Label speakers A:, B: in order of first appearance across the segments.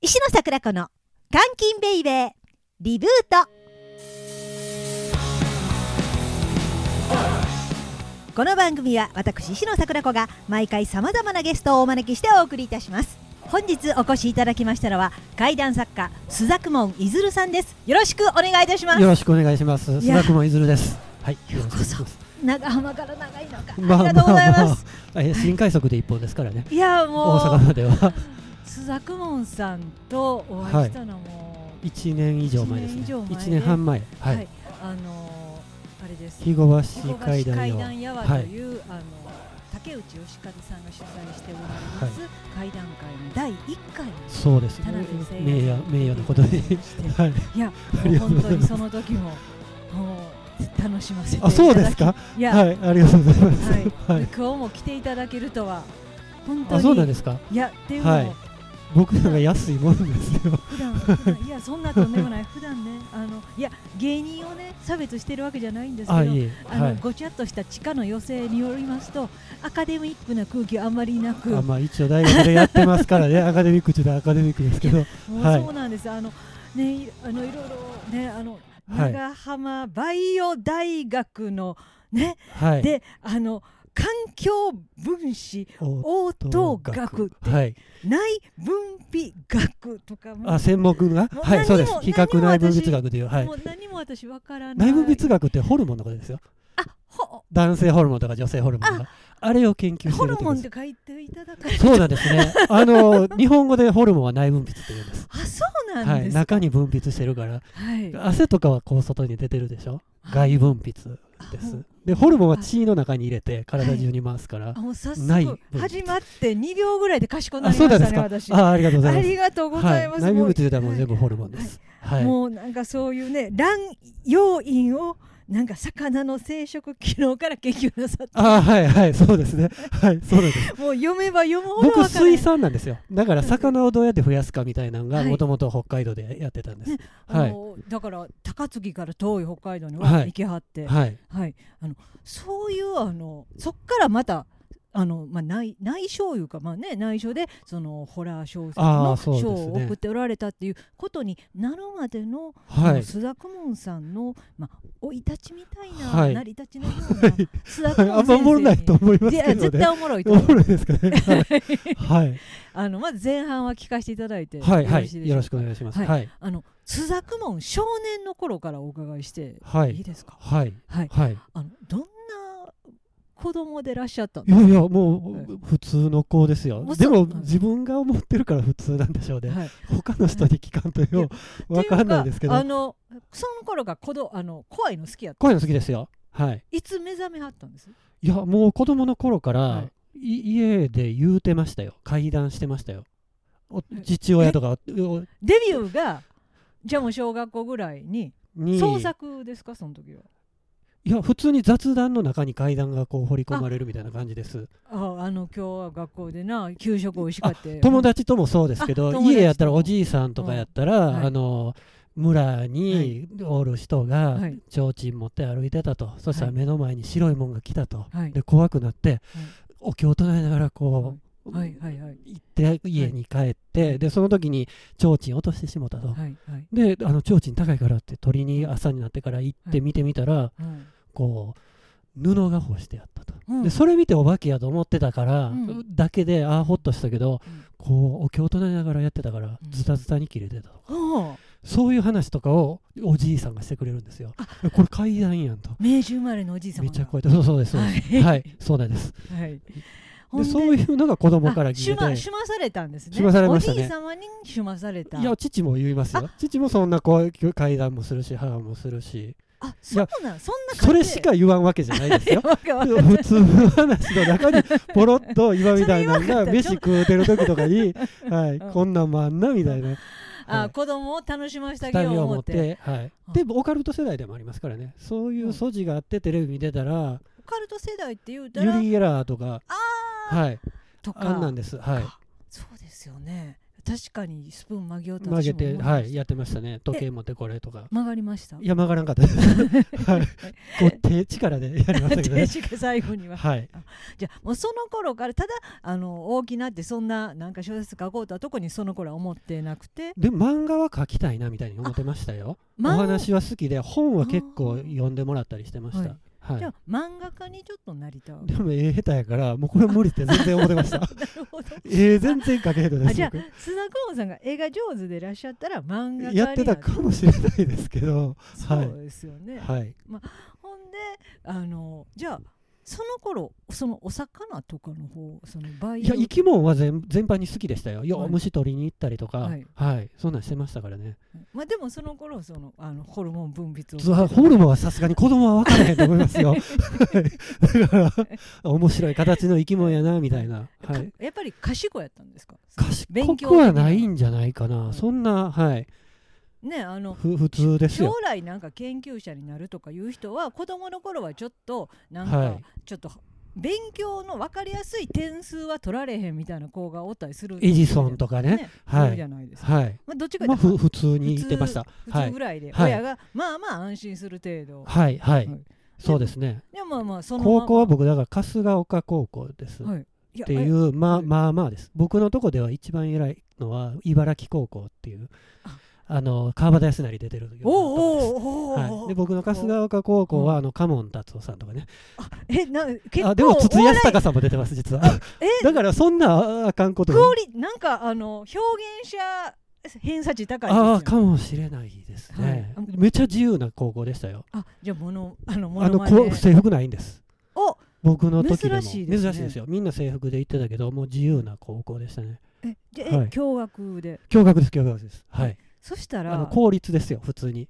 A: 石野桜子の監禁ベイベーリブートこの番組は私石野桜子が毎回さまざまなゲストをお招きしてお送りいたします本日お越しいただきましたのは怪談作家須作門いずるさんですよろしくお願いいたします
B: よろしくお願いします。
A: いや
B: 須田雲いずるです。はい。よろしくお願いします
A: 長浜から長いのか、
B: ま
A: あ、りがとうございます、
B: あえ新快速で一本ですからね。
A: いやも
B: 大
A: う
B: 阪までは
A: 須作門さんとお会いしたのも、
B: 一年以上前です
A: 一
B: ね。
A: 年以上前ね
B: 一年半前。は。
A: はいいあのーあれです
B: 日後橋
A: 階
B: 階
A: 段
B: 段
A: 階
B: よ。
A: 段やわという、あの竹内義和さんが主催しておられます、怪談会の第一回に
B: そうです。
A: 田
B: 名
A: 辺
B: 誉
A: 誠
B: 名誉のことに。はい。
A: いや
B: ありがとう
A: 本
B: ござ
A: 当
B: い
A: に
B: ます
A: そ。の時ももう楽しませていただ
B: あ、
A: き
B: そうですか。
A: いや、
B: はい。ありがとうございます。
A: はい
B: はい。
A: 今日も来ていただけるとは本当に
B: あ、そうなんですか。
A: いやっていうのも、
B: はい僕らが安いもんですよ。
A: 普段普段いやそんなとんでもない普段ねあのいや芸人をね差別してるわけじゃないんですけど
B: あ、
A: あ
B: いえ。
A: の、
B: はい。
A: ごちゃっとした地下の寄せによりますとアカデミックな空気はあんまりなく
B: あ、まあ一応大学でやってますからね。アカデミックちょっとアカデミックですけど。
A: もう
B: はい
A: そうなんです、あのねいあのいろいろねあの
B: はい
A: 長浜バイオ大学のね、
B: はい。
A: であの環境分子
B: お、
A: 応答学って
B: はい。
A: 内分泌学とかも
B: あ専門が
A: もう
B: はいそうです
A: 何も
B: 比較内分泌学というはい
A: もう何も私わからない
B: 内分泌学ってホルモンのことですよ
A: ほ
B: 男性ホルモンとか女性ホルモンとかあれを研究して
A: ホ
B: る
A: ル
B: と
A: モ
B: こ
A: ンっ
B: とで
A: て書いていただか
B: すそうなんですねあの日本語でホルモンは内分泌って言うんです
A: あそうな
B: は
A: んで
B: い
A: すか
B: 中に分泌してるから
A: はい、
B: 汗とかはこう外に出てるでしょ
A: はい
B: 外分泌で
A: あほ
B: す
A: う
B: でホルモンは血の中に入れて体中に回すから
A: あもう早
B: ない
A: 速
B: 分泌
A: 始まって2秒ぐらいで賢くな
B: あ
A: り
B: そ
A: ま
B: うなん
A: し
B: で
A: た
B: す
A: ね
B: か
A: 私
B: あありがとうござい
A: あ
B: ます
A: りがとうございます、
B: はい内
A: も
B: 分
A: う
B: 泌というのはもう全部ホルモンですはい
A: もうなんかそういうね卵要因をなんか魚の生殖機能から研究なさって
B: あはいはいそうですねはいそうなんです
A: もう読めば読むほど
B: 僕
A: 分からな
B: 水
A: い
B: 産なんですよだから魚をどうやって増やすかみたいなの
A: は
B: が
A: い
B: もともと北海道でやってたんです、
A: あ
B: はい
A: のだから高槻から遠い北海道に
B: は
A: はい行きはって、はい
B: はい
A: あのそういうあのそっからまたあの、まあ、内内緒いうか、まあね、内緒でそのホラー小説
B: あ
A: の
B: ーそうです
A: 賞
B: ね
A: を送っておられたっていうことになるまでの
B: は
A: もう
B: い
A: 須田公文さんのまあ生い立ちみたいな、
B: はい
A: 成り立ちのような須田公
B: あ
A: 文先生
B: んま
A: に
B: おもろないと思います
A: いや
B: けど
A: 絶
B: ね
A: 対おもろいと
B: お
A: 思
B: も
A: う
B: ろいですかねはい
A: あのまず前半は聞かせていただいて
B: はいは
A: ろしいで
B: い
A: し
B: よ
A: ょ
B: ろ
A: う
B: しくお願いします
A: は
B: はいいはい
A: あの須田公文少年の頃からお伺いして
B: はい
A: い
B: い
A: ですか
B: はい
A: はい
B: はい
A: あのどんな子供でいらっしゃったの
B: いやいやもう普通の子ですよ
A: もうそ
B: で
A: う
B: も
A: はい
B: 自分が思ってるから普通なんでしょうね
A: はい、
B: 他の人に聞かんとようわかんないです
A: って
B: けど
A: うかあのその頃が子どあの怖いの好きやった
B: こういうの好きですよはい
A: いつ目覚めはったんです
B: いやもう子供の頃から、
A: はい
B: 家で言うてましたよ怪談してましたよお
A: え
B: 父親とかお
A: デビューがじゃあもう小学校ぐらいに
B: に
A: 創作ですかその時はい
B: や普通に雑談の中に怪談がこう掘り込まれるみたいな感じです
A: ああの今日は学校でな給食おいしかって
B: 友達ともそうですけ
A: あ友
B: ど
A: 達とも
B: 家やったらおじいさんとかやったら、
A: うんはい
B: あの村におる人が
A: はい
B: 提灯持って歩いてたと、そしたら目の前に白いもんが来たと、
A: はい
B: で怖くなって、お経を唱えながらこう、
A: はいはいはい
B: 行って家に帰って、
A: はい
B: でその時に提灯落としてしもたと、
A: はいはい、
B: であの提灯高いからって鳥に朝になってから行っ
A: はい
B: て見てみたら、
A: うん
B: こう布が干してあったと、
A: うん
B: でそれ見てお化けやと思ってたから、
A: うん
B: だけでああほっとしたけど
A: うん
B: こうお経を唱えながらやってたから
A: うん
B: ズタズタに切れてたとか、
A: おう
B: そういう話とかをおじいさんがしてくれるんですよこれ怪談やんと
A: 明治生まれのおじいさん
B: めっちゃ怖いとそうそうですそう です
A: はい
B: はいそうなんです
A: はいほん
B: で
A: で
B: そういうのが子供から聞い
A: あしま
B: て
A: しまされたんですね
B: しまされましたね
A: おじい様にしまされた
B: いや父も言いますよ父もそんなこう怪談もするし母もするし
A: あそうなんそんな
B: それしか言わんわけじゃないですよ
A: わけわかんない
B: 普通の話の中にポロッと今みたいな の
A: それ言わんかっ
B: が
A: た
B: 飯食うてる時とかに、はい、
A: うん
B: こんなんもあんなみたいなは
A: あ
B: い
A: 子供を楽しませてあげ
B: 二
A: よう
B: 人を
A: 思
B: 持っ
A: って
B: て、はい
A: うん、
B: でオカルト世代でもありますからねそういう素地があってテレビ見てたら
A: オカルト世代って言うた
B: ユ
A: ら
B: リ・ゲラーとか
A: あー
B: はい
A: と
B: あんなん
A: か
B: ですはい
A: そうですよね確かにスプーン曲げようと
B: 曲げて、
A: 私も思いました
B: はい、やってましたね。時計持ってこれとか。
A: 曲がりました
B: いや、曲がらんかった です。はい。こう、手力でやりましたけどね
A: 亭。主が最後には
B: はい。
A: じゃあもうその頃からただあの大きなってそんななんか小説書こうとは特にその頃は思ってなくて
B: で、漫画は書きたいなみたいに思ってましたよ。お
A: 漫画
B: 話は好きで、本は結構読んでもらったりしてまし
A: あ
B: た。はい
A: じゃあ漫画家にちょっとなりたい
B: でも、絵下手やから、もうこれ無理って全然思ってま した。
A: なるほど
B: えー、全然書けへんので
A: あ
B: す
A: じゃあ
B: 僕
A: 須田公さんが絵が上手でいらっしゃったら漫画家にな
B: やってたかもしれないですけど、
A: そ
B: は
A: う
B: い。
A: ですよね、
B: はい。
A: ほんであのじゃあその頃そのお魚とかの方その培
B: いや
A: 養
B: 生き物は全全般に好きでしたよ。よ、
A: はい
B: 虫取りに行ったりとか、
A: は
B: はいい、そんなんしてましたからね。
A: まあでもその頃そのあのホルモン分泌
B: ずホ
A: を
B: ルモンはさすがに子供は分からへんと思いま すよ。はいだから面白い形の生き物やなみたいな。は
A: か
B: い。
A: やっぱり賢いやったんですか勉
B: 賢
A: 強
B: くはないんじゃないか
A: うん
B: な。そんなはい
A: ねあの
B: ふ普通です
A: 将
B: よ。
A: 来なんか研究者になるとかいう人は子供の頃はちょっとなん
B: は
A: か
B: い
A: ちょっと勉強の分かりやすい点数は取られへんみたいな子がおったりする
B: エジソンとかね。
A: ね
B: はい
A: そうじゃないですか、
B: はい。
A: まあ、どっちか
B: まあ
A: という
B: ふ
A: と
B: 普通に言ってました。
A: 普
B: は
A: 通
B: い
A: ぐらいで、
B: はい
A: 親がまあまあ安心する程度、
B: はいはい
A: はい。
B: そうですね。
A: でもまあまあそのまま
B: 高校は僕だから春日丘高校です。
A: はい、っ
B: ってい
A: や
B: う
A: は
B: まあ
A: い
B: まあまあです僕のとこでは一番偉いのは茨城高校っていう
A: あ
B: あの川端康成出てるようなとこです
A: おうおうおうおう
B: はい、で僕の春日丘高校はあのカモン達夫さんとかね
A: えな結構
B: あでも筒井
A: お笑い
B: 康隆さんも出てます実は
A: え
B: だからそんなああかんこと
A: クオリなんかあの表現者偏差値高いですよ
B: ああかもしれないですね、
A: はい
B: めちゃ自由な高校でしたよ
A: あじゃあものあのも
B: あ
A: の
B: の
A: ま
B: こ
A: ね
B: う制服ないんです
A: お
B: 僕の時でも
A: 珍しいですね
B: 珍しいですよみんな制服で行ってたけどもう自由な高校でしたね
A: えじゃあ、
B: は
A: え
B: い
A: 驚愕で
B: 驚愕です驚愕ですはい
A: そした
B: あの
A: ら
B: 公立ですよ普通に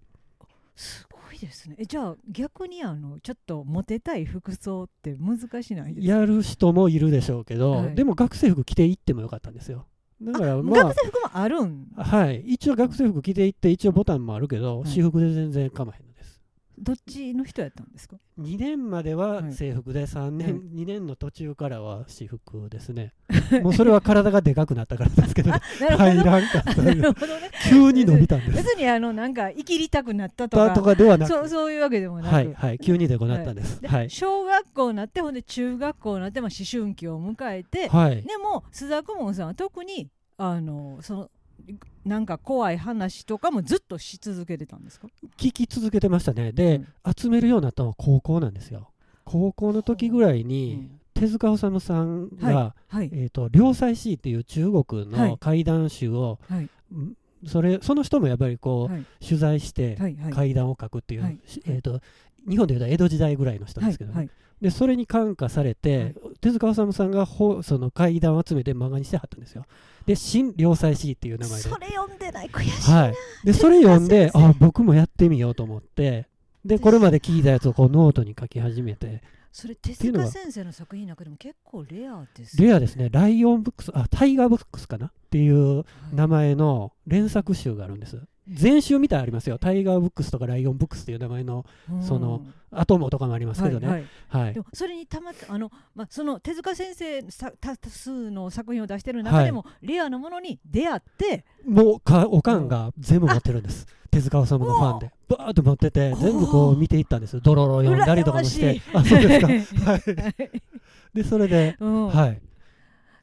A: すごいですねえじゃあ逆にあのちょっとモテたい服装って難しないですか
B: やる人もいるでしょうけど、
A: はい
B: でも学生服着ていってもよかったんですよだから
A: あ
B: ま
A: 学生服もあるん
B: あはい一応学生服着ていって一応ボタンもあるけど、
A: はい
B: 私服で全然構へんのです
A: どっちの人やったんですか
B: 2年まで
A: は
B: はい制服で3年、
A: はい
B: 2年の途中からは私服ですね もうそれは体がでかくなったからです けど
A: あなるほど、
B: 入らんかったと
A: ないる
B: う
A: ほどね
B: 急に伸びたん です
A: 別にあのなんか生きりたくなったと
B: だ
A: か
B: とかではなく
A: そうそういうわけでもなく、
B: はいはい急にでこなったんです
A: で
B: はい
A: 小学校になってほんで中学校になって、まあ、思春期を迎えて、
B: はい
A: でも須田顧問さんは特にあのそのなんか怖い話とかもずっとし続けてたんですか
B: 聞き続けてましたねで、集めるようになったのは高校なんですよ高校の時ぐらいに、
A: うん
B: 手塚治虫さんが、
A: はい
B: えーと「良妻詩」っていう中国
A: はい
B: の怪談集を、
A: はい
B: んそれその人もやっぱりこう、
A: はい
B: 取材して
A: はいはい
B: 怪談を書くっていう、
A: はい
B: しえー、と日本でいうと江戸時代ぐらいの人ですけどね、
A: はい
B: でそれに感化されて、
A: はい
B: 手塚治虫さんがほその怪談を集めて漫画にしてはったんですよで「新良妻詩」っていう名前で
A: それ読んでない悔しい、
B: はい、でそれ読ん
A: 手
B: で
A: 塚先
B: あ僕もやってみようと思ってでこれまで聞いたやつをこうノートに書き始めて
A: それ手
B: ていうの
A: 塚
B: が
A: 先生の作品の中でも結構レアです
B: レ
A: ア、
B: アですね、ライオンブックス、あ、タイガーブックスかなっていう
A: はい
B: 名前の連作集があるんです。全集みたいありますよ。タイガーブックスとかライオンブックスっていう名前の
A: うん
B: そのアトムとかもありますけどね。
A: は
B: はいい、
A: はいでもそれにたまあの、まあ、その手塚先生さ多数の作品を出してる中でも、レアなものに出会って
B: もうか、おかんが全部持ってるんです。手塚治虫のファンで。バーッと持ってて、全部こう見ていったんですよ。ドロロ読んだりとかもして。
A: 羨
B: あ、
A: ま
B: そうですか。
A: し い
B: はい。で、それで、
A: うん
B: はい。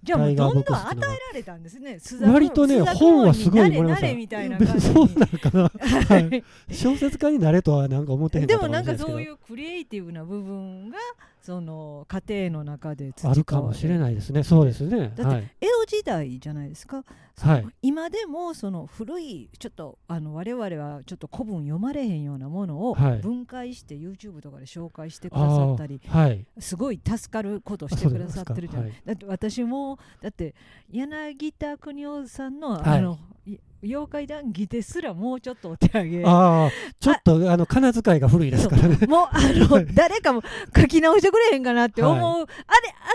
A: じゃあもうどんどん
B: タイガーボックスっ
A: 与
B: て
A: え
B: のは
A: られたんですね。須田
B: 割とね、
A: 君
B: 本はすごい
A: 須田君になれなれみたいな感じ。
B: そうなのかな。 はい
A: い
B: 小説家になれとはなんか思ってへんか
A: で
B: った
A: も
B: か
A: な
B: もしれ
A: んか
B: ないで
A: そ
B: すけど
A: うい。うクリエイティブな部分がその家庭の中で培わ
B: あ
A: れ
B: るかもしれ
A: い。
B: ないですね。そうですね。
A: だって
B: はい。
A: 江戸時代じゃないですか。
B: はい。
A: 今でもその古いちょっとあの我々はちょっと古文読まれへんようなものを
B: はい
A: 分解して YouTube とかで紹介してくだ
B: あ
A: さ
B: あ
A: ったり
B: ーはい。
A: すごい助かることをし
B: あ
A: て
B: そう
A: く
B: で
A: だ
B: す
A: さ
B: か
A: ってるじゃない
B: はい
A: だって私もだって柳田邦夫さんの,、
B: はい
A: あのい妖怪談義ですらもうちょっとお手上げもう
B: ああ、ちょっとあの金遣いが古いですからね。
A: あの誰かも書き直してくれへんかなって思う、
B: は
A: あれ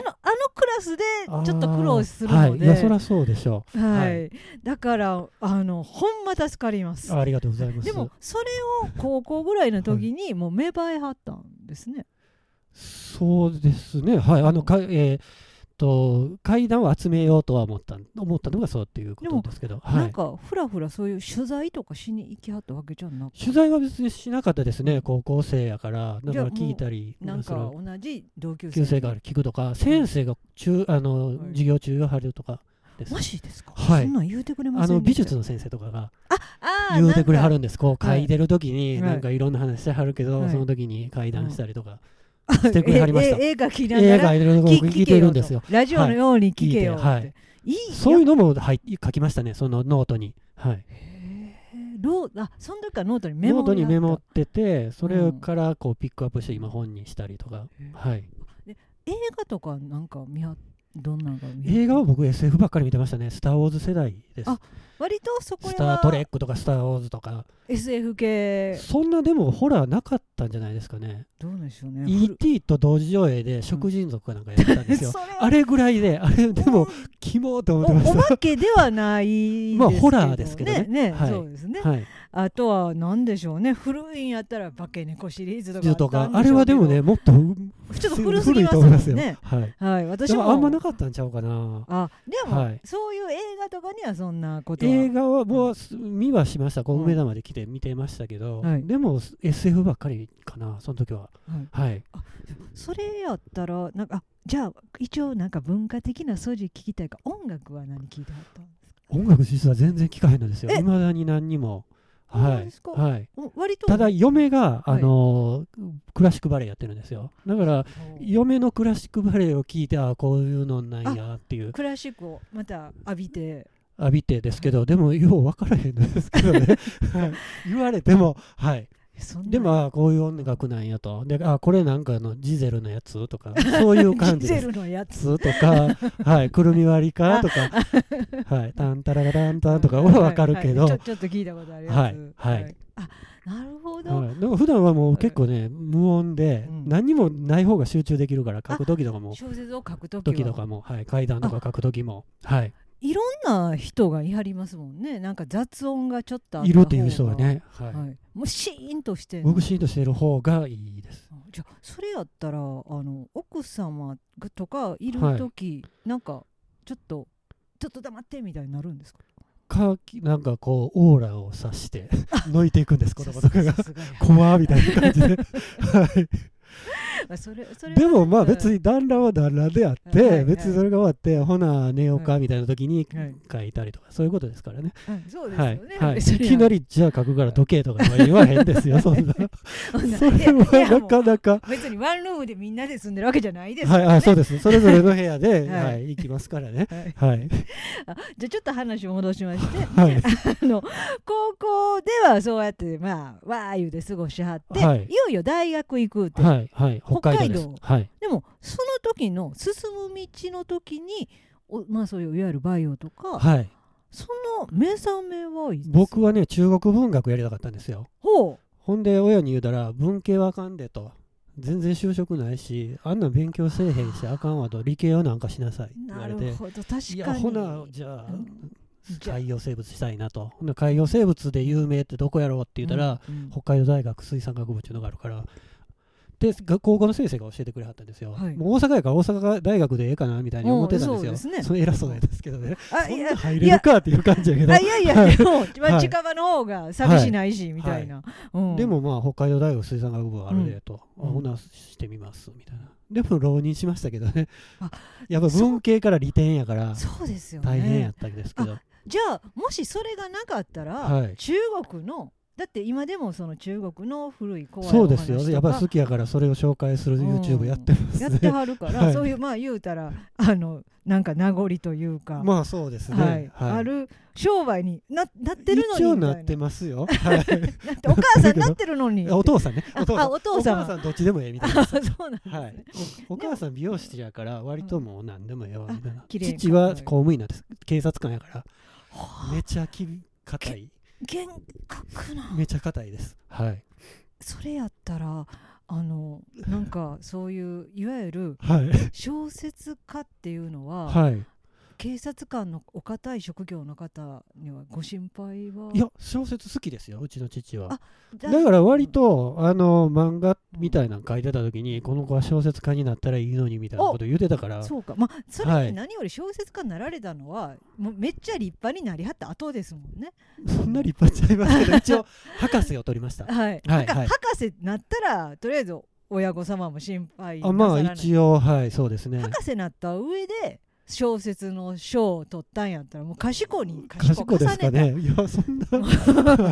A: あのあのクラスでちょっと苦労する
B: あー
A: の
B: はい、
A: で、
B: い
A: は
B: や、
A: い
B: そりゃそうでしょは
A: だからあのほんま助かります
B: う。。ありがとうございます。
A: でもそれを高校ぐらいの時にもう芽生えはったんですね。
B: そうですね。はい。あのかえーっと階段を集めようとは思った思ったのがそうっていうことですけど、は
A: ないん、かふらふらそういう取材とかしに行きはったわけじゃなく
B: 取材は別にしなかったですね高校生やからだから聞いたり
A: なん
B: そ
A: か
B: の
A: 同じ同級生
B: 旧姓が聞くとか先生が中あの
A: はい
B: 授業中が入るとかです
A: マジですか、
B: はい
A: そんなん言うてくれま
B: あ
A: せん
B: の
A: で
B: 美
A: した
B: 術の先生とかが
A: あー
B: 言うてくれは
A: な
B: る
A: ん
B: んですこう書いてる時に
A: はい
B: なんかいろんな話してはるけど
A: はい
B: その時に会談したりとか
A: か
B: してくれはりました
A: ええ映画聞きな
B: 映
A: が
B: 画
A: ら
B: いろいろ
A: 聞
B: 聞いてるんですよ
A: 聞けとラジオのように聞けよって、
B: はい
A: い
B: 聞い
A: い、
B: そういうのも入っ書きましたねそのノートにはい
A: ローあその時からノートにメモ
B: ノートにメ
A: があ
B: モ
A: っ
B: っててそれ
A: うん
B: からこうピックアップして今本にしたりとか
A: へえ
B: はい
A: た映画とかなんか見はどんなのが見は
B: 映画は僕 SF ばっかり見てましたね「スター・ウォーズ」世代です
A: あ割とそこ
B: ス
A: は
B: ター・トレックとか「スター・ウォーズ」とか
A: SF 系
B: そんなでもホラーなかったんじゃないですかね
A: どうなんでしょうね
B: E.T. と同時上映で食人族かなんかやってたんですよ
A: それは
B: あれぐらいであれでもキモーと思ってま
A: おお
B: し
A: 化けではないですけど
B: まあホラーですけどね
A: ね
B: はい
A: そうですね、
B: たはい
A: あとは何でしょうね古いんやったら「化け猫」シリーズとか
B: と
A: あっ
B: か
A: た
B: あ
A: んし
B: れ
A: ょう
B: は
A: け
B: で
A: ど
B: もねもっとう
A: ちょっと古すぎ
B: 古い
A: ま
B: と
A: す
B: 思
A: も
B: い
A: ん
B: ますよ
A: ね
B: はい
A: はい私
B: で
A: も
B: もあんまなかったんちゃうかな
A: あでも、
B: はい
A: そういう映画とかにはそんなことは
B: 映画はもうす見はしましたこ
A: う
B: うん梅田まで来て見てましたけど
A: はい
B: でも SF ばっかりかなその時は
A: はい
B: はい
A: それやったらなんかあじゃあ一応なんか文化的な素地聞きたいから音楽は何聞いてはったんですか
B: 音楽実は全然聞かへんのですよ
A: え
B: いまだに何にも
A: ほんま
B: は
A: ですか
B: いはい
A: お割と
B: ただ嫁が、
A: はい
B: あのークラシックバレエやってるんですよだから
A: お
B: 嫁のクラシックバレエを聞いてああこういうのなんやっていう
A: クラシックをまた浴びて
B: 浴びてですけどでもよう分からへんのですけどね、はい、 言われてもはい
A: そんな
B: でもああこういう音楽なんやとでああこれなんかあのジゼルのやつとかそういう感じ
A: ジゼ
B: です
A: ルのやつ
B: つとか、はい、くるみ割りかとか、はい、タンタララタンタンとかは分かるけど、
A: は
B: は
A: はい
B: い
A: いちょちょっと聞いたことあるやつ
B: はいはい
A: あなるほど、
B: でも普段はもう結構ね、無音で、
A: うん
B: 何にもない方が集中できるから、書く時とかも
A: 小説を書くとき
B: 時と
A: は
B: かも、はい、階段とか書く時も、はい、
A: いろんな人がいはりますもんねなんか雑音がちょっとあった
B: いるっていう人がね、
A: 方
B: はい
A: が、はい、もうシーンとしてんの
B: 僕シーンとしてる方がいいです。
A: あじゃあそれやったらあの奥様がとかいる
B: はい
A: 時、なんかちょっとちょっと黙ってみたいになるんですか
B: かなんかこうオーラをさして 抜いていくんです子供とかが
A: さすがや
B: 怖みたいな 感じで
A: あそれそれは
B: でもまあ
A: なんか
B: 別に団らは団らであっ
A: はいは
B: て
A: い
B: 別にそれが終わってほな寝よう
A: は
B: かみたいな時に
A: はい
B: 書いたりとかそういうことですからね
A: うんそうですよ
B: はい
A: ね、
B: はいい
A: 別に
B: きなりじゃあ書くから時計とかは言わへんです よそんな
A: そんな
B: そ
A: いや
B: れ
A: いや
B: はな
A: も
B: かなか
A: う別にワンルームでみんなで住んでるわけじゃないですか
B: はい
A: ら
B: あ
A: ね、
B: そうですそれぞれの部屋で
A: はい
B: はい行きますからね
A: はい
B: はい
A: じゃあちょっと話を戻しまして
B: はい
A: あの高校ではそうやってまあわー言うで過ごしはって、
B: は
A: い、
B: い
A: よいよ大学行くって、
B: はいはい
A: 北
B: 北
A: 海道
B: 海道ですはい
A: でもその時の進む道の時におまあそういういわゆるバイオとか、
B: はい
A: その目覚めはいつ
B: 僕はね中国文学やりたかったんですよ
A: ほ
B: ほんで親に言うたら文系はあかんでと全然就職ないしあんなん勉強せえへんしあかんわと理系はなんかしなさいって
A: う
B: 言
A: な
B: われ
A: る
B: て
A: ほど確
B: い
A: か
B: や
A: に
B: ほなじゃあ
A: うんじゃあ
B: 海洋生物したいなとほんで海洋生物で有名ってどこやろうって言ったら、
A: うんうん
B: 北海道大学水産学部っていうのがあるからでが高校の先生が教えてくれはったんですよ、
A: はい
B: もう大阪やから大阪大学でええかなみたいに思ってたんです
A: おうそうで
B: よ
A: すね
B: の偉そうなんですけどね
A: あ
B: そ
A: い
B: ん
A: や
B: な入れるかっていう感じやけど
A: あいやいやでも、ま
B: は
A: あ、
B: い
A: 近場の方が寂しないし、みたいな、うん
B: でもまあ北海道大学水産学部はあるでと、
A: うん
B: あほなしてみますみたいなでも浪人しましたけどね
A: あ
B: やっぱ文系から利点やから
A: そうですよね
B: 大変やったんですけど、
A: じゃあもしそれがなかったら、
B: はい
A: 中国のだって今でもその中国の古い怖い
B: そう
A: お
B: で
A: 話
B: すよ
A: と
B: やっぱ
A: か
B: 好きやからそれを紹介する
A: うん
B: YouTube やってます
A: や
B: ね、
A: ってはるから、
B: はい
A: そういうまあ言うたらあのなんか名残というか、
B: まあそうですね、
A: はいある商売にななってるの
B: 一
A: に
B: 応
A: みたい
B: な
A: な
B: ってま すよ、はい
A: なってお母さんなってるのに
B: お父さんね
A: あ
B: お父さん
A: あお父さん
B: お母さんどっちでもええみたい
A: あ
B: な
A: そうなん
B: はい、おお母さん美容師やから割ともう何でもええわみたいな、
A: 綺麗に
B: 父は公務員なんです警察官やからめちゃき硬い
A: 厳格な
B: めちゃ硬いですはい
A: それやったらあのなんかそういういわゆる
B: はい
A: 小説家っていうのは、
B: はい
A: 警察官のお堅い職業の方にはご心配はい
B: や小説好きですようちの父は
A: あだ
B: だから割と、あの漫画みたいなの書いてた時に、この子は小説家になったらいいのにみたいなこと言ってたから
A: そうかまあそ
B: は
A: れ
B: い
A: に何より小説家になられたのは、もうめっちゃ立派になりはった後ですもんね
B: そんな立派ちゃいますけど一応博士を取りました
A: はい、
B: はい
A: なんか
B: はい
A: 博士になったらとりあえず親御様も心配なさ
B: あ
A: ら
B: ま
A: な
B: あ
A: い、
B: 一応はいそうですね
A: 博士になった上で小説の賞を取ったんやったらもう賢に
B: 賢
A: 賢
B: 子
A: 重ね
B: です
A: た、
B: かねいやそんな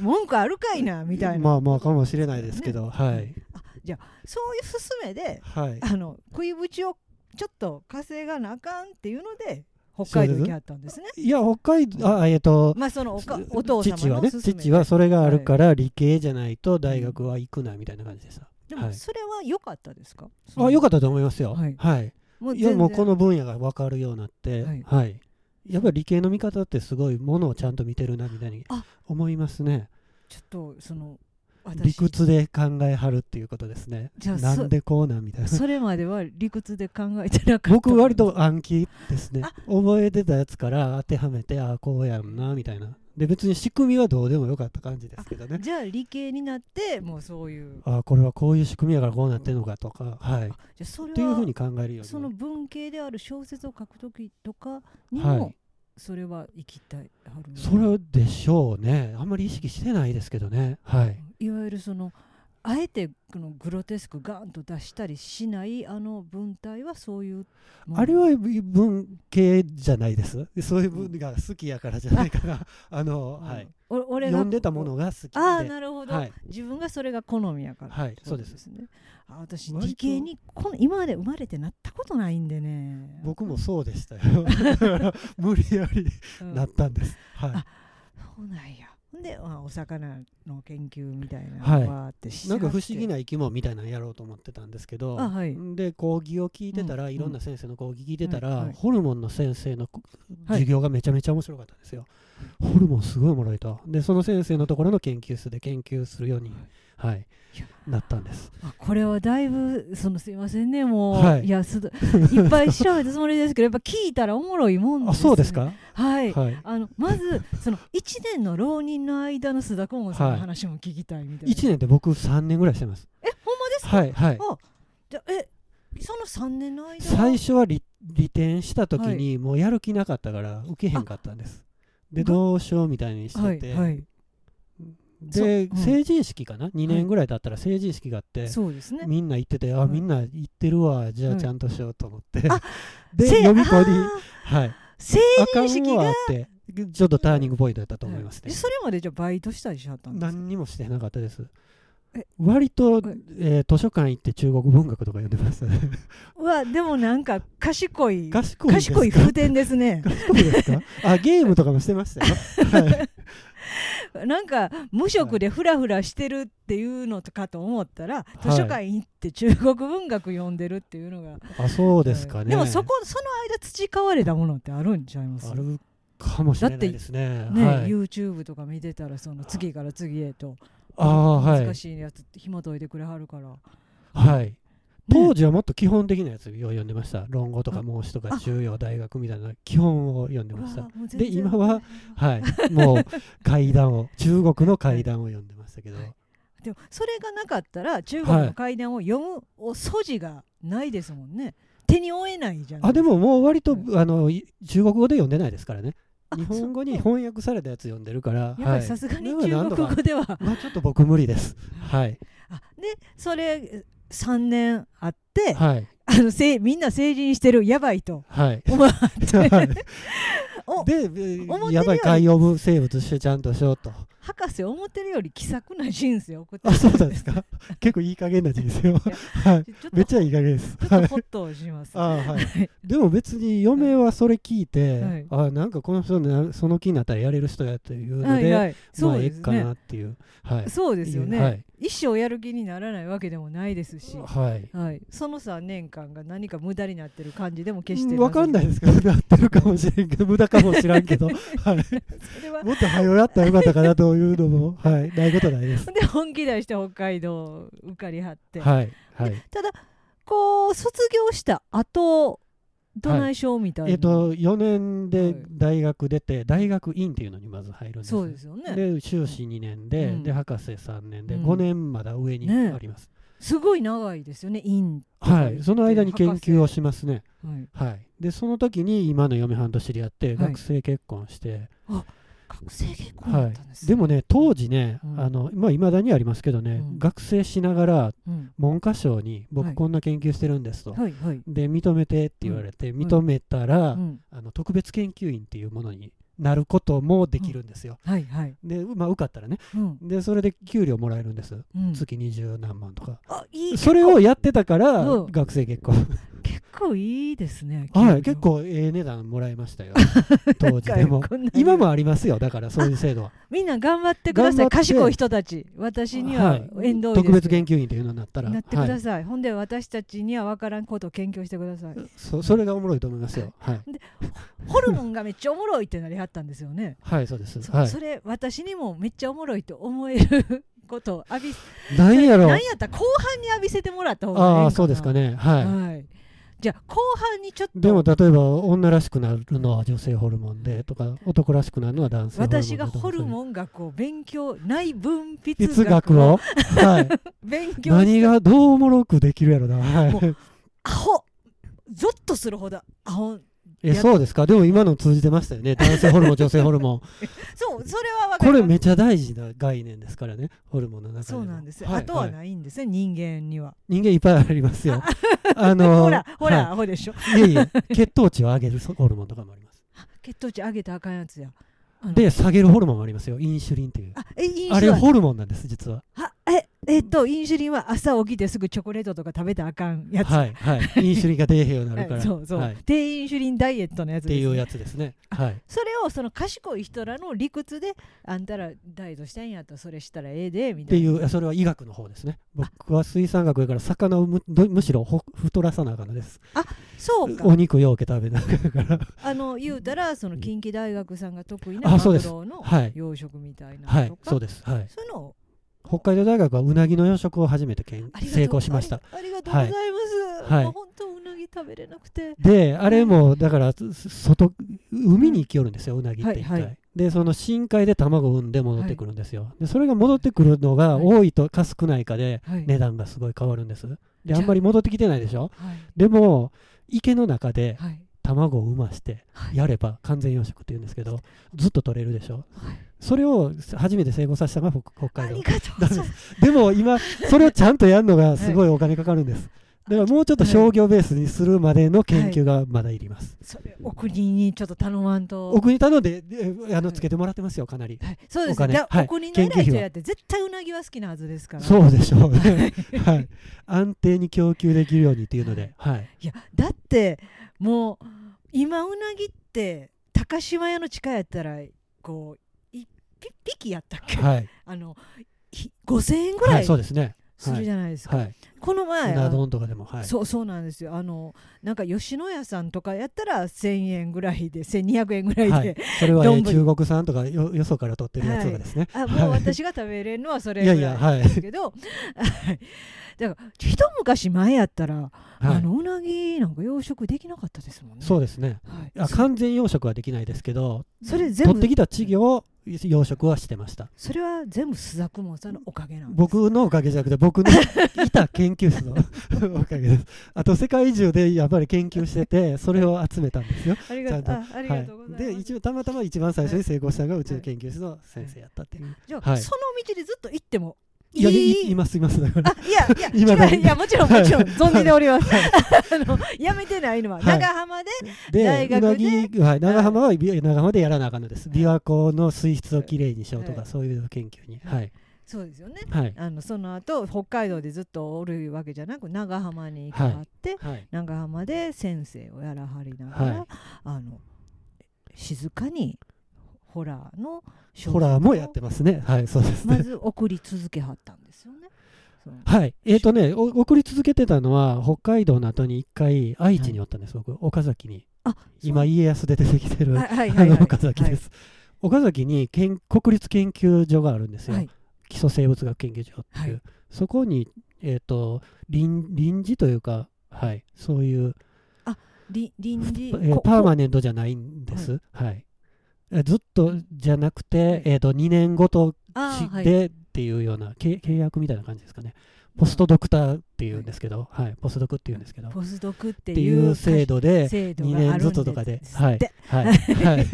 A: 文句あるかいなみたいな、
B: まあまあかもしれないですけど、はい
A: あじゃあそういう勧めで
B: はい
A: あの食いぶちをちょっと稼がなあかんっていうので北海道行きはったんですね
B: いや北海道あえっ、と
A: まあそのおかお父
B: 父
A: 様
B: は
A: の
B: ね
A: 勧めで
B: 父はそれがあるから理系じゃないと大学は行くなみたいな感じでした、
A: で
B: は
A: も
B: い
A: それは良かったですか、
B: あ良か
A: っ
B: ったと思いますよ
A: はい
B: はい
A: たもう
B: いや
A: 全
B: も
A: 然
B: うこの分野が分かるようになって、
A: は
B: はいいやっぱり理系の見方ってすごいものをちゃんと見てるなみたいに
A: あ
B: 思いますね
A: ちょっとその私
B: 理屈で考えはるっていうことですね
A: じゃあそ
B: なんでこうなんみたいな
A: それまでは理屈で考えてなかった
B: 僕割と暗記ですね
A: あ
B: 覚えてたやつから当てはめてああこうやんなみたいなで別に仕組みはどうでもよかった感じですけどね
A: じゃあ理系になってもうそういう
B: ああこれはこういう仕組みやからこうなってんのかとかはいっ
A: じゃあそれ
B: ていうふう
A: は
B: に考えるよう
A: そ
B: にな
A: の
B: る
A: 文系である小説を書く時とかに
B: は
A: も
B: い
A: それは生きたいはるの
B: それでしょうねあんまり意識してないですけどねはい
A: いわゆるそのあえてこのグロテスクガーンと出したりしないあの文体はそういうもの
B: あれは文系じゃないです。そういう文が好きやからじゃないかな。 あの、
A: うん
B: はい。
A: お俺が
B: 読んでたものが好きで。
A: ああなるほど、
B: はい。
A: 自分がそれが好みやから
B: はい、そうです。
A: すねあ私
B: 割と
A: 理系にこの今まで生まれてなったことないんでね
B: 僕もそうでしたよ。 無理やり
A: うん
B: なったんです。は
A: あそうなんやほんで、まあ、お魚の研究みたいな
B: はい
A: わーってして
B: い。なんか不思議
A: な
B: な生き物みたいなのやろうと思ってたんですけど、
A: あはい
B: で講義を聞いてたら、
A: うん
B: いろんな先生の講義聞いてたら、
A: うんはい
B: ホルモンの先生のこ
A: はい
B: 授業がめちゃめちゃ面白かったんですよ、ホルモンすごいおもろいとでその先生のところの研究室で研究するように、はい
A: いや
B: なったんです
A: あこれはだいぶそのすいませんねもう、、
B: はいい
A: やすどいっぱい調べたつもりですけどやっぱ聞いたらおもろいもんです、ね、
B: あそうですか。
A: はい、
B: はい。
A: あのまずその1年の浪人の間の須田顧問さんの話も聞きたいみたいな、
B: 一年って僕三年ぐらいしてます。
A: えほんまですか、
B: はいはい。
A: あじゃあえその3年の間は
B: 最初はり利転した時にもうやる気なかったから受けへんかったんです。で
A: が
B: どうしようみたいにしてて、
A: はいはいそう
B: で、
A: うん
B: 成人式かな二年ぐらい経ったら成人式があって。
A: そうですね
B: みんな行ってて、
A: は
B: あ、
A: い
B: みんな行ってるわ、じゃ
A: は
B: あ
A: い
B: ちゃんとしようと思って。
A: あ
B: で、
A: せ
B: 飲み子に、
A: あー
B: はい。
A: 成人
B: 赤
A: 式
B: んはあ
A: が
B: って、ちょっとターニングポイントだったと思います
A: え
B: ね。
A: それまでじゃあバイトしたりしはったんですか
B: 何にもしてなかったです
A: え。
B: 割と
A: はい、
B: えー図書館行って中国文学とか読んでます。
A: うわでもなんか賢い
B: 賢いですか
A: 賢い風天です ね
B: 賢いですかあゲームとかもしてましたよ、 はい、
A: なんか無職でフラフラしてるっていうのとかと思ったら、
B: い
A: 図書館行って中国文学読んでるっていうのが
B: あそうですかね
A: でもそこその間培われたものってあるんちゃいます
B: あるかもしれないですね
A: ね、
B: はい、
A: YouTube とか見てたらその次から次へと
B: ああはい、
A: 難しいやつ紐解いてくれはるから、
B: はい、
A: ね、
B: 当時はもっと基本的なやつを読んでました論語とか孟子と
A: あ
B: か中央大学みたいな基本を読んでまし
A: う
B: た
A: わもう全
B: で
A: 然
B: 今ははいもう階段 を中国の階段を読んでましたけど、
A: はいでもそれがなかったら中国の怪談を読むお素地がないですもんね手に負えないじゃない
B: あでももう割と、
A: う
B: あのい中国語で読んでないですからね
A: あ
B: 日本語に
A: そう
B: 翻訳されたやつ読んでるから
A: やっぱ
B: はい
A: りさすがに
B: だから
A: 中
B: 何度
A: 国
B: か
A: 語では
B: まあちょっと僕無理です。はい。
A: あでそれ3年あって、
B: はい。
A: あのせいみんな成人してるやばいと
B: はい。
A: 思わ
B: は
A: れ
B: い
A: て お
B: で
A: 思って
B: え、
A: るより
B: やばい海洋部生物してちゃんとしようと。
A: 博士思ってるより気さくな人生を送って
B: あ、
A: る
B: そうなんですか。 結構いい加減な人生を。はい。
A: ちょっ
B: め
A: と
B: っちゃいい加減です。
A: ちょっ
B: は
A: と
B: い
A: ホ。ッとします
B: あはい
A: い、
B: でも別に嫁はそれ聞いて、
A: はい
B: あなんかこの人なその気になったらやれる人やというので、
A: はいはい
B: ま
A: そう
B: あええ
A: です
B: か
A: ね
B: なっていう、はい、
A: そうですよね、
B: はい
A: 一生やる気にならないわけでもないですし、
B: はい、
A: はい、その3年間が何か無駄になってる感じでも決して
B: 分かんないいですけどなってるかもしれんけど無駄かもしらん けど、はい、
A: それは
B: もっと早よやったらよかったかなというのも、はい、ないことないです。
A: で本気出して北海道受かりはって、
B: はいはい
A: ただこう卒業した後どないしょうみたいな、
B: えっと、4年
A: は
B: で
A: い
B: 大学出て、大学院っていうのにまず入るんですね
A: そうですよね
B: で修士2年で,、
A: うん
B: で博士3年で、
A: うん
B: 5年まだ上に
A: ね
B: あります、
A: すごい長いですよねイン、
B: はいその間に研究をしますね
A: はい、
B: はいでその時に今の嫁はんと知り合って
A: い
B: 学生結婚して、
A: 学生結婚
B: は
A: だ
B: い
A: ったんです、
B: でもね当時ね、
A: うん
B: あのまあ未だにありますけどね、
A: うん
B: 学生しながら
A: うん、
B: 文科省に
A: は
B: 僕
A: い
B: こんな研究してるんですと、
A: はいはい、
B: で認めてって言われて、認めたら、
A: うん、
B: あの特別研究員っていうものになることもできるんですよ、
A: はいはい、
B: で、まあ、受かったらね
A: うん
B: でそれで給料もらえるんです、
A: うん、
B: 月二十何万とか
A: あいい
B: それをやってたから
A: うん
B: 学生結婚
A: 結構いいですね
B: はい結構ええ値段もらい ましたよ当時でも
A: こんなに
B: 今もありますよだからそういう制 度は
A: みんな頑張ってください
B: 頑張って
A: 賢い人たち私には遠藤
B: 特別研究員というのになったら
A: なってく
B: は
A: だ
B: い
A: さい、ほんで私たちには分からんことを研究してください
B: そそれがおもろいと思いますよはい、
A: ホルモンがめっちゃおもろいってなりはったんですよ ね
B: はい、そうです
A: そ,、
B: はい
A: それ私にもめっちゃおもろいと思えることを浴び
B: 何やろ
A: なんやったら後半に浴びせてもらった方がいいんかな
B: ああそうですかねはい、
A: はい、じゃあ後半にちょっと
B: でも例えば女らしくなるのは女性ホルモンでとか男らしくなるのは男性ホルモンで
A: 私がホル
B: ン
A: モン学を勉強内分
B: 哲
A: 泌
B: 学
A: 学を
B: を、 はい、
A: 勉強し
B: 何がどうおもろくできるやろな、はい
A: も、アホゾッとするほどアホ
B: え
A: や
B: そうですかでも今の通じてましたよね男性ホルモン女性ホルモン
A: そうそれは分か
B: こ
A: ります
B: れめちゃ大事な概念ですからねホルモンの中で
A: そ
B: も
A: うなんです、
B: い
A: あとはいないんですね、人間には。
B: 人間いっぱいありますよあ の
A: ほら、ほら、
B: は
A: アホでしょ。
B: い、いえいえ血糖値を上げるホルモンとかもあります
A: 血糖値上げたらあかんやつや。あの
B: で下げるホルモンもありますよインシュリンっていう
A: あ、え、イン
B: あ
A: シ
B: れ
A: ュリン。
B: ホルモンなんです実は
A: あえ、えっと、インシュリンは朝起きてすぐチョコレートとか食べたらあかんやつ。
B: はいはいインシュリンが出えへんようにな
A: は
B: るか
A: い
B: ら
A: そうそう、
B: はいっ
A: 低インシュリンダイエットのやつ
B: て
A: です、
B: いうやつですねはい
A: それをその賢い人らの理屈であんたらダイエットしたいんやったらそれしたらええでみ
B: ったて
A: い
B: い
A: な
B: うそれは医学の方ですね僕は水産学やから魚をむどむしろほ太らさなあかんのです
A: そうか
B: お肉ようけ食べなあかんから
A: あの言うたらその近畿大学さんが得意なマ
B: あ
A: グ
B: そうです
A: ロの
B: はい
A: 養殖みたいなのとか、
B: はいそうですはい
A: そういうのを
B: 北海道大学はうなぎの養殖を初めてけん
A: ありがとう
B: 成功しました。
A: ありありがとうございます。
B: はい
A: もう本当うなぎ食べれなくて。
B: であれもだからつ外海に行きよるんですよ、うなぎって一
A: は
B: 回、
A: いはい
B: でその深海で卵を産んで戻ってくるんですよ、でそれが戻ってくるのが
A: はい
B: 多いとか少ないかで
A: はい
B: 値段がすごい変わるんですで
A: じゃあ
B: あんまり戻ってきてないでしょ
A: はい。
B: でも池の中で
A: はい。
B: 卵を産まして
A: はい
B: やれば完全養殖っていうんですけどずっと取れるでしょ
A: はい
B: それを初めて成功させたのが北北
A: あ
B: 海道
A: りがとうございます。
B: でも今、それをちゃんとやるのがすごいお金かかるんです。だからもうちょっと商業ベースにするまでの研究がまだいります。
A: それ、お国にちょっと頼まんと。
B: 奥に頼んで、えあ
A: は
B: の
A: い
B: つけてもらってますよ、かなり。
A: はい、そうで
B: お
A: すね。
B: 金
A: だ
B: はい
A: お国の偉い
B: 研究費
A: 人
B: は
A: やって、絶対うなぎは好きなはずですから。
B: そうでしょうね。はい。安定に供給できるようにっていうので、はい。
A: いや、だって、もう、今うなぎって、高島屋の地下やったら、こう、一匹やったっけ、
B: はい。
A: あの、ひ5000円ぐ
B: は
A: ら
B: い、
A: い
B: そう
A: す
B: ですね。
A: るじゃないですか。
B: はい。
A: この前、
B: うな丼とかでも、はい。
A: そうそうなんですよあのなんか吉野家さんとかやったら1000円ぐらいで1200円ぐらいで、
B: はい。それはね
A: 丼
B: 中国産とかよよそから取ってるやつとかですね。
A: あもう
B: はい
A: 私が食べれるのはそれ
B: い
A: ぐ
B: や
A: ら
B: いや、
A: い
B: は
A: で
B: い。
A: すけどはいだから一昔前やったら、
B: は
A: あ
B: い。
A: のうなぎなんか養殖できなかったですもんね。
B: そうですね。
A: はい、
B: あ完全養殖はできないですけど、
A: それ全
B: 取って
A: 部
B: きた稚魚を養殖はしてました。
A: それは全部須作門さんのおかげなんです
B: 僕のおかげじゃなくて僕の いた研究室の おかげですあと世界中でやっぱり研究しててそれを集めたんですよ、
A: ありが
B: ち
A: と
B: ゃ
A: うんああり
B: は
A: が
B: い
A: とうござい、ます、
B: で一応たまたま一番最初に成功したのがうちの研究室の先生やったっていう、
A: じゃあ、
B: はい
A: その道でずっと行ってもい
B: いやいい
A: い
B: いますいますだから
A: あいやいや
B: 今だ
A: 違ういやもちろんもちろん存じております。 あのやめてないのは、
B: はい
A: 長浜で
B: で
A: 大
B: う
A: 学
B: な
A: で
B: ぎ、はい、長浜はび長浜でやらなあかんのです
A: はい
B: 琵琶湖の水質をきれいにしようとか、
A: はい
B: そういう研究に
A: は
B: はいい
A: そうですよね。
B: はい
A: あのその後北海道でずっとおるわけじゃなく長浜に行かはって、
B: はい
A: 長浜で先生をやらはりながら、
B: はい
A: あの静かにホラーの小説を
B: ホラーもやってますねはいそうですね、
A: まず送り続けはったんですよね。その
B: はい、えーとね、お送り続けてたのは、北海道の後に一回、愛知におったんです、僕、岡崎に
A: あ。
B: 今、家康で出てきてる、
A: はいはい
B: あ
A: はい
B: の
A: はい
B: 岡崎です。岡崎にけん国立研究所があるんですよ、
A: はい
B: 基礎生物学研究所っていう、
A: はい
B: そこに、えー、と臨臨時というか、はい、そういう
A: あり臨時
B: えー
A: こ
B: パー
A: こ
B: マネントじゃないんです。はい。えずっとじゃなくて、えっ、と、2年ごと
A: あー
B: ち
A: はい
B: でっていうようなけ契約みたいな感じですかね。ポストドクターっていうんですけど、はい、ポスドクっていうんですけど、っ
A: ポスドクって
B: て
A: い
B: いう
A: う
B: 制度で、
A: 制度
B: 2
A: があ
B: 年
A: る
B: ず
A: ん
B: つとかで、
A: す
B: は
A: っ
B: い
A: て、
B: はい、はい、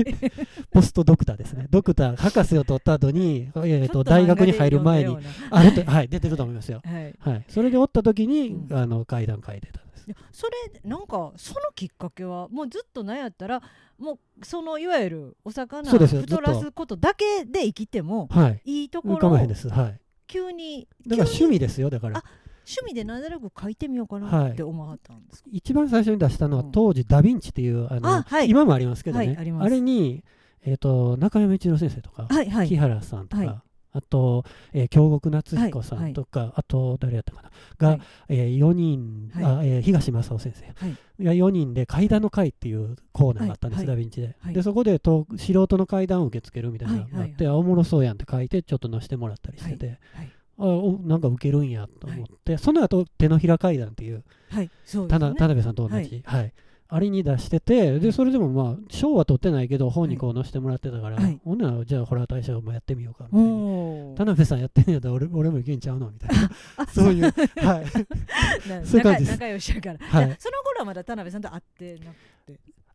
B: ポストドクターですね。ドクター、博士を取った後に、えっと、大学に入る前に、、あ、本当にはい、出てると思いますよ。
A: はい、
B: はい、それでおった時に、
A: うん
B: あの、会談会でたんです。
A: でそれなんかそのきっかけはもうずっとなんやったらもうそのいわゆるお魚
B: そうですよ
A: 太ら
B: ずっ
A: すことだけで生きても
B: はい、
A: いいとこ
B: か
A: ろ
B: まへん
A: を
B: です。はい。
A: 急に
B: だから
A: 急に
B: 趣味ですよ、だから。
A: 趣味でなんとなく書いてみようか
B: は
A: ないって思わはったんですか、
B: 一番最初に出したのは
A: うん
B: 当時ダ・ヴィンチっていうあの
A: あはい
B: 今もありますけどね、
A: はいあります
B: れに、えー、と中山一郎先生とか、
A: はいはい
B: 木原さんとか、
A: はい
B: あと、えー京極夏彦さんとか、あと誰やったかなが、
A: はい
B: え4人、
A: はい
B: あえー東正夫先生
A: はい
B: が4人で怪談の会っていうコーナーがあったんです、
A: はい
B: ダ・ヴィンチで,、
A: はい
B: でそこでと素人の怪談を受け付けるみたいなのがあって、あおもろそうやんって書いてちょっと載せてもらったりしてて、
A: はい
B: あおなんか受けるんやと思って、その後手のひら怪談っていう
A: はいそうで
B: 田
A: すね
B: 田辺さんと同じ、はいあれに出しててでそれでもまあ賞は取ってないけど本にこう載せてもらってたから、
A: はい
B: ほんならじゃあホラー大賞もやってみようかみたいな、
A: おー
B: 田辺さんやってんやったら俺俺もいけんちゃうのみたいな
A: あ
B: そういうはい
A: な
B: そういう感じ
A: 仲
B: です
A: 仲良しやから、
B: はい
A: じゃあその頃はまだ田辺さんと会ってな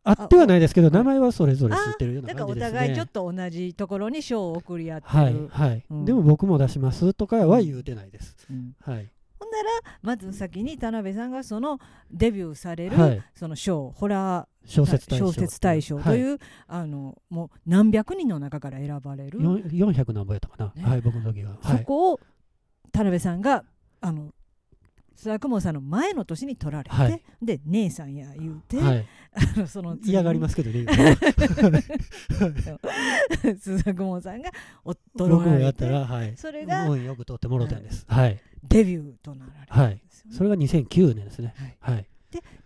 B: あってはないですけど名前はそれぞれ知ってるよう
A: な
B: なん
A: か
B: 感
A: お
B: じですね
A: 互いちょっと同じところに賞を送り合ってる、
B: はいはい、
A: うん
B: でも僕も出しますとかは言うてないです、
A: うん
B: はい
A: ほんならまず先に田辺さんがそのデビューされる、
B: はい
A: その賞ホラー
B: 小説大賞、
A: 小説大賞というう、あのもう何百人の中から選ばれる、
B: はい、よん400何本やったかな、
A: ね
B: はい僕の時はは
A: そ
B: い
A: こを田辺さんがあの須田公文さんの前の年に取られて、
B: はい
A: で姉さんや言うて、
B: はい、
A: あの その
B: 嫌がりますすけどね
A: 須田公文さんが
B: 僕
A: 驚
B: も
A: か
B: や
A: れ
B: った
A: て
B: らはい
A: それが
B: うんよく撮ってもろたんです。はい。
A: デビューとなられた
B: はい
A: ん。ですよね
B: それが2009年ですね。
A: はい
B: はい。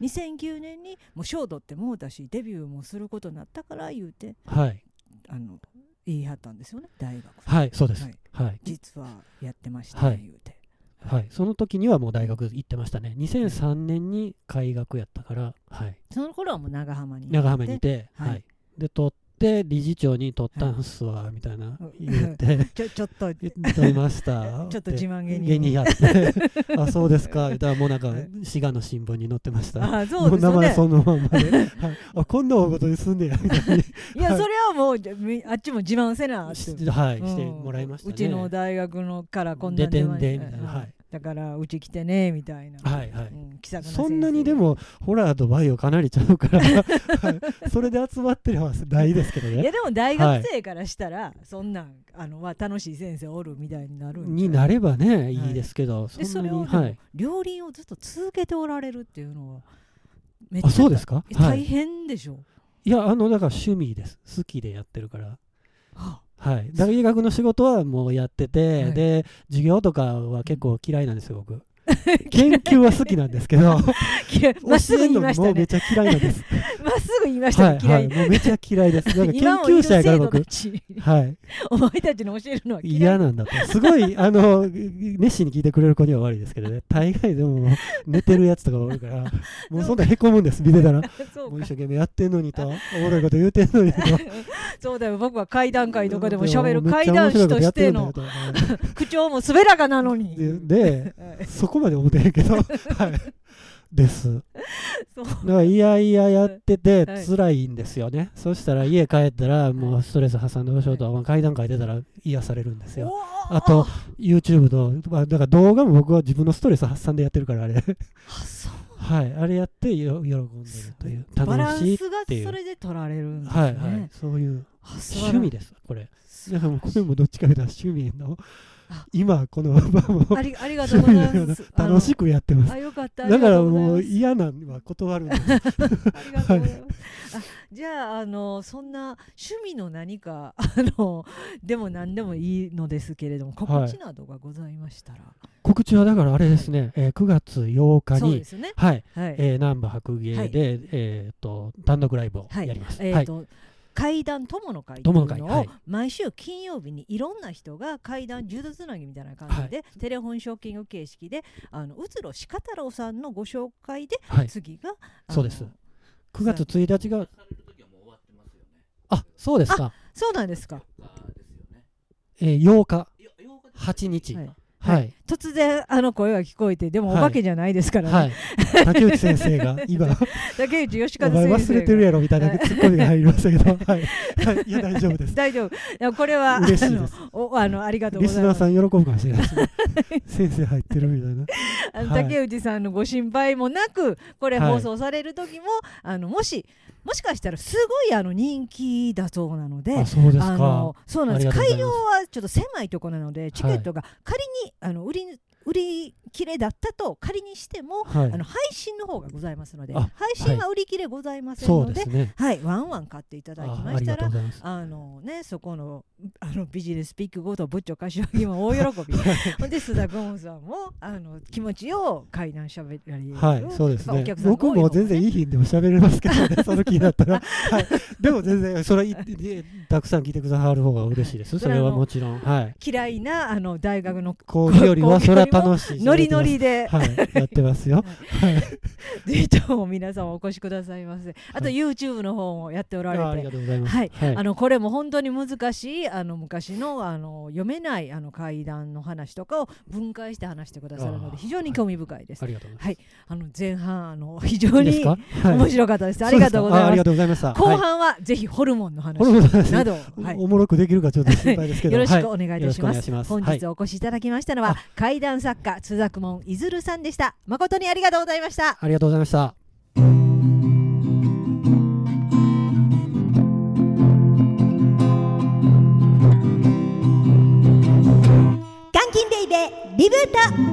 A: 2009年にもう賞取ってもうたしデビューもすることになったから言うて
B: はい。
A: あの言い張ったんですよね大学
B: はい。そうです
A: はい。
B: はい。
A: 実はやってました
B: はい
A: 言うて、
B: はい。その時にはもう大学行ってましたね。2003年に開学やったから、はい。
A: その頃はもう長浜に
B: 長浜にいて、
A: はい
B: はい。で、取って、理事長に取ったんすわ、みたいな
A: うん
B: 言 って。
A: ちょちょっと
B: 言っとりました。
A: ちょっと自慢げに
B: 芸人やって。 あ、そうですか。言ったらもうなんか
A: はい、
B: 滋賀の新聞に載ってました。
A: ああそうです
B: も
A: よ
B: う名前
A: ね
B: そのまんまで。はいあ、こんな大事にすんねや、みたいな。
A: いやそれはもうじゃみ あっちも自慢せ なって
B: しはい、
A: うん
B: してもらいましたね。
A: うちの大学のからこんなん出ま
B: 出てんでみたいなはい
A: だからうち来てねみたいな、
B: はいはい。
A: うん、気さくな先生
B: そんなにでもホラーとバイオかなりちゃう から、はいそれで集まってるはないですけど
A: い
B: ね
A: やでも大学生からしたら、そんなんあのは楽しい先生おるみたいになるんちゃう
B: になればねいいですけど、
A: で
B: そ
A: そ
B: んな
A: れ
B: に
A: をで
B: は
A: も
B: い
A: 両輪をずっと続けておられるっていうのはめっ
B: あそうですか
A: え
B: は
A: 大
B: い
A: 変でしょ、
B: いやあのだから趣味です好きでやってるから
A: は
B: はいだから医学の仕事はもうやってて、
A: はい
B: で授業とかは結構嫌いなんですよ 僕研究は好きなんですけど
A: あ嫌いまっす
B: 教
A: ぐ
B: え
A: 言
B: る
A: い
B: の
A: まし
B: も
A: た
B: うめ
A: ね
B: ちゃ嫌いなんです、
A: まっすぐ言いました
B: は
A: ね
B: い
A: 嫌
B: はいいもうめちゃ嫌いですだから研
A: 今も い
B: 究
A: る
B: 者やから
A: 生徒
B: 僕
A: たち
B: はい
A: お前たちに教えるのは嫌い
B: 嫌なんだと。すごい、あの、熱心に聞いてくれる子には悪いですけどね。大概でも、寝てるやつとかおる から、もうそんなへこむんです、見てたら。
A: そ
B: も
A: う
B: う一
A: か
B: 生懸命やってんのにと、おもろいこと言うてんのにと。
A: そうだよ僕は怪談会とかでも喋る
B: めっ
A: 怪
B: ちゃ面
A: 談
B: 白い
A: 師
B: ことやっ
A: してて
B: るんだよ
A: の
B: とはい
A: 口調も滑らかなのに
B: で、で
A: はい
B: そこまで思ってへんけど、はい。です。
A: そう
B: だから、いやいややってて
A: はい、
B: 辛いんですよね。そしたら、家帰ったら、もうストレス発散どうしようと、階段階出たら癒されるんですよ。
A: おー
B: あと YouTube の、まあ、だから動画も僕は自分のストレス発散でやって るからあれ
A: あそう
B: はいあれやってよ喜んでるという
A: バラ
B: 楽
A: ン
B: しい
A: ス
B: って
A: が
B: いう
A: それで取られるんですね、
B: はいはいそういう
A: あ素晴らしい
B: 趣味ですこれだからもうこれもどっちかというと趣味の
A: あ
B: 今この場 も。
A: ありありがとうございます
B: 楽し
A: く。
B: くやってます
A: あ、よかった。
B: だからも
A: あ
B: う
A: り
B: 嫌なのは断るんです
A: がとうございます。あじゃあ、あの、そんな趣味の何か、あの、でも何でもいいのですけれども、告知などがございましたら。
B: 告知はだからあれですね、えー9月8日
A: そうで
B: に
A: すね。
B: はい、
A: はい。
B: えー、南部白芸で、
A: はい
B: えー、と単独ライブを
A: はい
B: やります、
A: えっ、と。階段友の会っていう
B: 友の会
A: の
B: は
A: を
B: い
A: 毎週金曜日にいろんな人が階段柔道つなぎみたいな感じで、テレフォンショッキング形式であのうつろしかたろうさんのご紹介で
B: はい、
A: 次が、あの
B: そうです9月1日があそうですか
A: そうなんですか。
B: えー、8日8日
A: はい
B: はい、
A: 突然あの声が聞こえてでもお
B: はい
A: 化けじゃないですからね、
B: はい、竹内先生が 今
A: 竹内義
B: お
A: 和
B: 前
A: 先生
B: 忘れてるやろみたいなツッコミが入りましたけど、はい、はい、いや大丈夫です。
A: 大丈夫いやこれは
B: 嬉しいです
A: あのおあのありがとうご
B: リス
A: ざい
B: ナ
A: ま
B: ー
A: す
B: さん喜ぶかもしれないですね。先生入ってるみたいな。
A: あの
B: はい
A: 竹内さんのご心配もなくこれ
B: はい
A: 放送される時も、あのもしもしかしたらすごいあの人気だそうなので
B: あ、そうです
A: あ
B: か
A: の。そうなんです
B: ありがと
A: 会
B: うござい
A: 場
B: ます
A: はちょっと狭いところなのでチケットが仮に、あの売り売り切れだったと仮にしても、
B: はい
A: あの配信の方がございますので
B: あ
A: 配信は売り切れございません
B: そう
A: の
B: で
A: で,、
B: すね。
A: はい、ワンワン買っていただき
B: あ
A: ま
B: あ
A: し
B: り
A: た
B: がとう
A: ら
B: ございます。
A: あのね、そこのあのビジネスピックごと部長柏木も大喜びほんで須田ゴンさんもあの気持ちを階段しゃべられる、
B: はい、そうです
A: まあお
B: ね
A: 客。さんが
B: 僕
A: 多いの
B: も全然いい日にでも喋れますけどね、その気になったら。はい、でも全然、それはいいたくさん聞いてくださる方が嬉しい です。それはもちろん。はい。
A: 嫌いなあの大学の
B: こうよりは、それは楽しい。
A: ノリノリ。で、
B: はい、やってますよ。
A: ぜひとも皆様お越しくださいませあと
B: はい
A: YouTube の方もやってお
B: あ
A: られて、
B: ありがとうございます。
A: はい
B: はい
A: あ。のこれも本当に難しいあの昔のあの読めないあの怪談の話とかを分解して話してくださるの
B: あー
A: で非常に興味深いです。
B: ありがとうございます。
A: あの前半あの非常
B: いいです
A: に
B: かはい
A: 面白かったです。ありがとうござい
B: そですかあ
A: ま
B: あ
A: す
B: りが。とうございました。
A: 後
B: はい
A: 半はぜひホルモンの話
B: このことです
A: な
B: ね
A: どを、はい
B: おもろくできるかちょっと心配ですけど。
A: よろしく
B: は
A: お願いいたし
B: よろくお
A: ま
B: 願
A: す。
B: いします。
A: 本
B: はい
A: 日お越しいただきましたのは、
B: あ
A: 怪談作家津作門いずるさんでした。誠にありがとうございました。
B: ありがとうございました。
C: 監禁ベイベーリブート